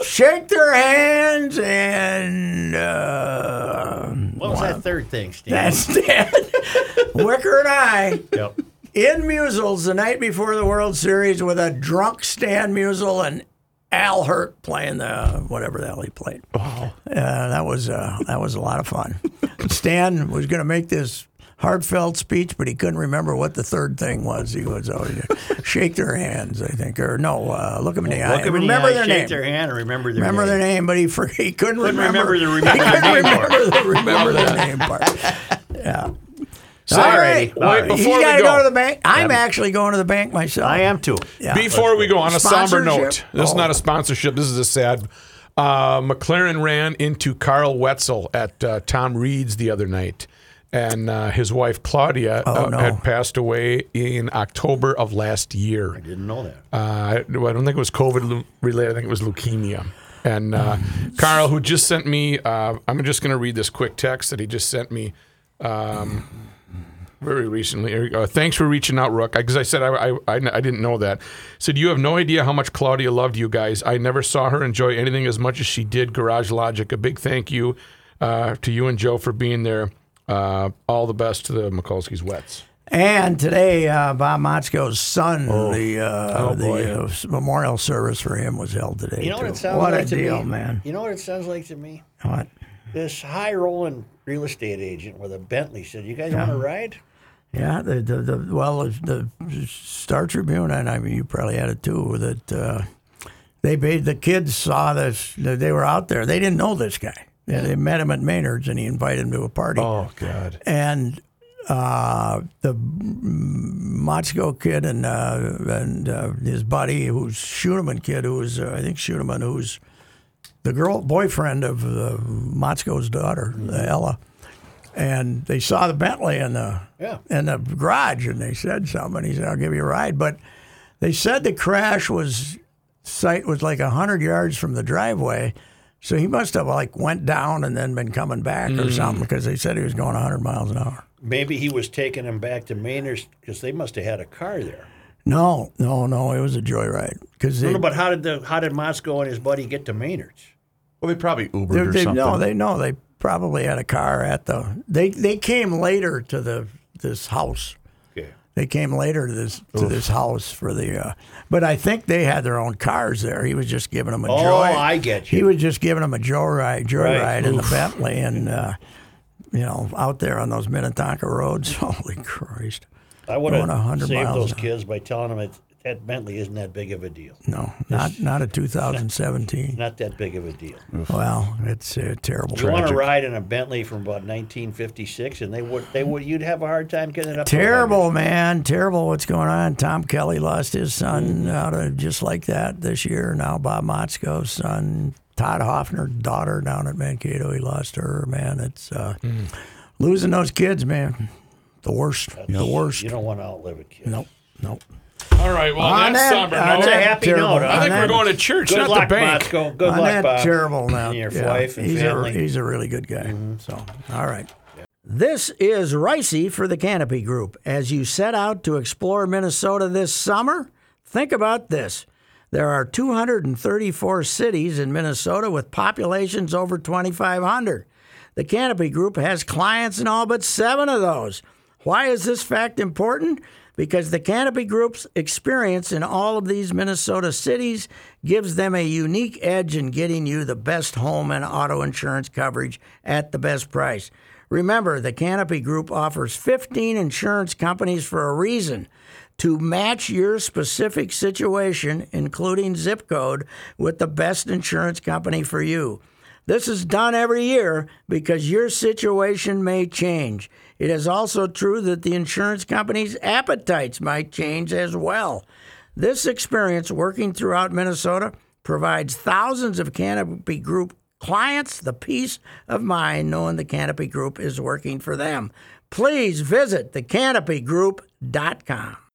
B: shake their hands, and uh,
A: What was that third thing, Steve?
B: that's that. Wicker and I
A: yep.
B: in Musels the night before the World Series with a drunk Stan Musial and Al Hurt playing the whatever the hell he played.
A: Oh.
B: Uh, that was uh, that was a lot of fun. Stan was going to make this heartfelt speech, but he couldn't remember what the third thing was. He was always shake their hands, I think, or no, uh, look them in the eye.
A: Look 'em in the
B: remember
A: eye,
B: their
A: shake
B: name.
A: their hand, and remember their
B: Remember their
A: name.
B: name, but he, for, he couldn't, remember,
A: remember the remember
B: he
A: their
B: couldn't
A: name
B: remember the remember their name part. Yeah. All right.
A: All right.
B: He's
D: before we
B: gotta go
D: go.
B: to the bank. I'm actually going to the bank myself.
A: I am too.
B: Yeah.
D: Before we go on a somber
B: Sponsorship?
D: note, this is
B: Oh.
D: not a sponsorship. This is a sad. Uh, McLaren ran into Carl Wetzel at uh, Tom Reed's the other night, and uh, his wife Claudia uh,
B: Oh, no.
D: had passed away in October of last year.
A: Didn't know that.
D: Uh, I don't think it was COVID leu- related. I think it was leukemia. And uh, Carl, who just sent me, uh, I'm just going to read this quick text that he just sent me um, very recently. Here we go. Thanks for reaching out, Rook. Because I, said I, I, I, I didn't know that. Said, You have no idea how much Claudia loved you guys. I never saw her enjoy anything as much as she did Garage Logic. A big thank you uh, to you and Joe for being there. Uh, all the best to the Mikulski's Wets.
B: And today, uh, Bob Motzko's son,
A: Oh.
B: the, uh, the uh, s- memorial service for him was held today.
A: You know what
B: too.
A: it sounds
B: What
A: like
B: a
A: to
B: deal,
A: me?
B: man.
A: You know what it sounds like to me?
B: What?
A: this high rolling real estate agent with a Bentley said, "You guys want to ride?"
B: Yeah, the, the, the well, the Star Tribune, and I mean, you probably had it too. That uh, they ba- the kids saw this. that They were out there. They didn't know this guy. Yeah, they met him at Maynard's, and he invited him to a party.
F: Oh God.
B: And uh, the Motzko kid and uh, and uh, his buddy, who's Schuneman kid, who's uh, I think Schuneman, who's the girl boyfriend of uh, Motzko's daughter, Ella. And they saw the Bentley in the
A: Yeah.
B: in the garage, and they said something. And he said, "I'll give you a ride," but they said the crash was site was like hundred yards from the driveway. So he must have like went down and then been coming back
A: Hmm.
B: or something because they said he was going 100 miles an hour.
A: Maybe he was taking him back to Maynard's because they must have had a car there.
B: No, no, no. It was a joyride because
A: I
B: they,
A: don't know, but how did the how did Moscow and his buddy get to Maynard's?
C: Well, they probably Ubered
B: they,
C: or
B: they-
C: something.
B: no, they no, they probably had a car at the. They they came later to the this house.
A: Okay.
B: They came later to this to this house for the. Uh, but I think they had their own cars there. He was just giving them a
A: Oh,
B: joy.
A: I get you.
B: He was just giving them a joyride, joyride
A: Right.
B: in the Bentley, and uh, you know, out there on those Minnetonka roads. Holy Christ!
A: I would
B: Going 100
A: have saved
B: miles
A: those
B: an hour.
A: kids by telling them that, that Bentley isn't that big of a deal.
B: No, not not a 2017.
A: Not that big of a deal.
B: Well, it's uh, terrible.
A: You want to ride in a Bentley from about 1956, and they would they would you'd have a hard time getting it up. to
B: Terrible, man. Terrible what's going on. Tom Kelly lost his son out of just like that this year. Now Bob Motzko's son, Todd Hoffner's daughter down at Mankato, he lost her, man. It's uh,
A: Mm.
B: losing those kids, man. The worst. The
A: 100.
B: worst.
A: You don't want to outlive a kid.
B: Nope. Nope.
D: All right.
A: Oh,
D: Well,
B: On
D: on that
B: that-
D: somber
B: on
D: note,
B: that
A: happy
B: terrible-
A: note, huh?
D: I think
B: on
D: we're
B: that-
D: going to church,
A: Good
D: not
A: luck,
D: the bank.
A: Moscow. Good
B: on
A: luck,
B: that
A: Bob.
B: terrible now.
A: And your
B: Yeah.
A: wife and
B: he's
A: family. Mm-hmm.
B: A, he's a really good guy. So, all right. This is Ricey for the Canopy Group. As you set out to explore Minnesota this summer, think about this. There are 234 cities in Minnesota with populations over 2,500. The Canopy Group has clients in all but seven of those. Why is this fact important? Because the Canopy Group's experience in all of these Minnesota cities gives them a unique edge in getting you the best home and auto insurance coverage at the best price. Remember, the Canopy Group offers 15 insurance companies for a reason to match your specific situation, including zip code, with the best insurance company for you. This is done every year because your situation may change. It is also true that the insurance company's appetites might change as well. This experience working throughout Minnesota provides thousands of Canopy Group clients the peace of mind knowing the Canopy Group is working for them. Please visit thecanopygroup.com.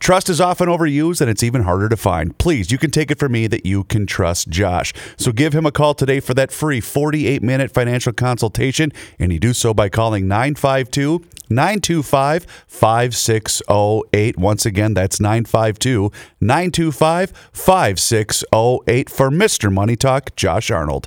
C: Trust is often overused and it's even harder to find. Please, you can take it from me that you can trust Josh. So give him a call today for that free 48 minute financial consultation, and you do so by calling 952 925 5608. Once again, that's 952 925 5608 for Mr. Money Talk, Josh Arnold.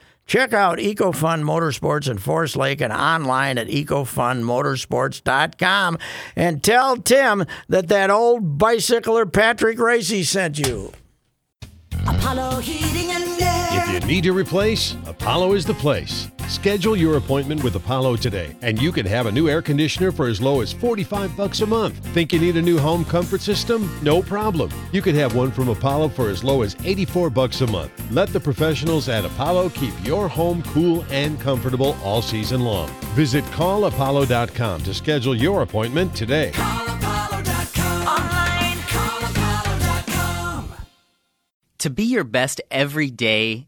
B: Check out EcoFun Motorsports in Forest Lake and online at EcoFunMotorsports.com and tell Tim that that old bicycler Patrick Racy sent you.
H: Apollo Heating and Air.
I: If you need to replace, Apollo is the place. Schedule your appointment with Apollo today, and you can have a new air conditioner for as low as 45 bucks a month. Think you need a new home comfort system? No problem. You can have one from Apollo for as low as 84 bucks a month. Let the professionals at Apollo keep your home cool and comfortable all season long. Visit callapollo.com to schedule your appointment today.
H: Call Apollo.com. Online. Call Apollo.com.
J: To be your best every day,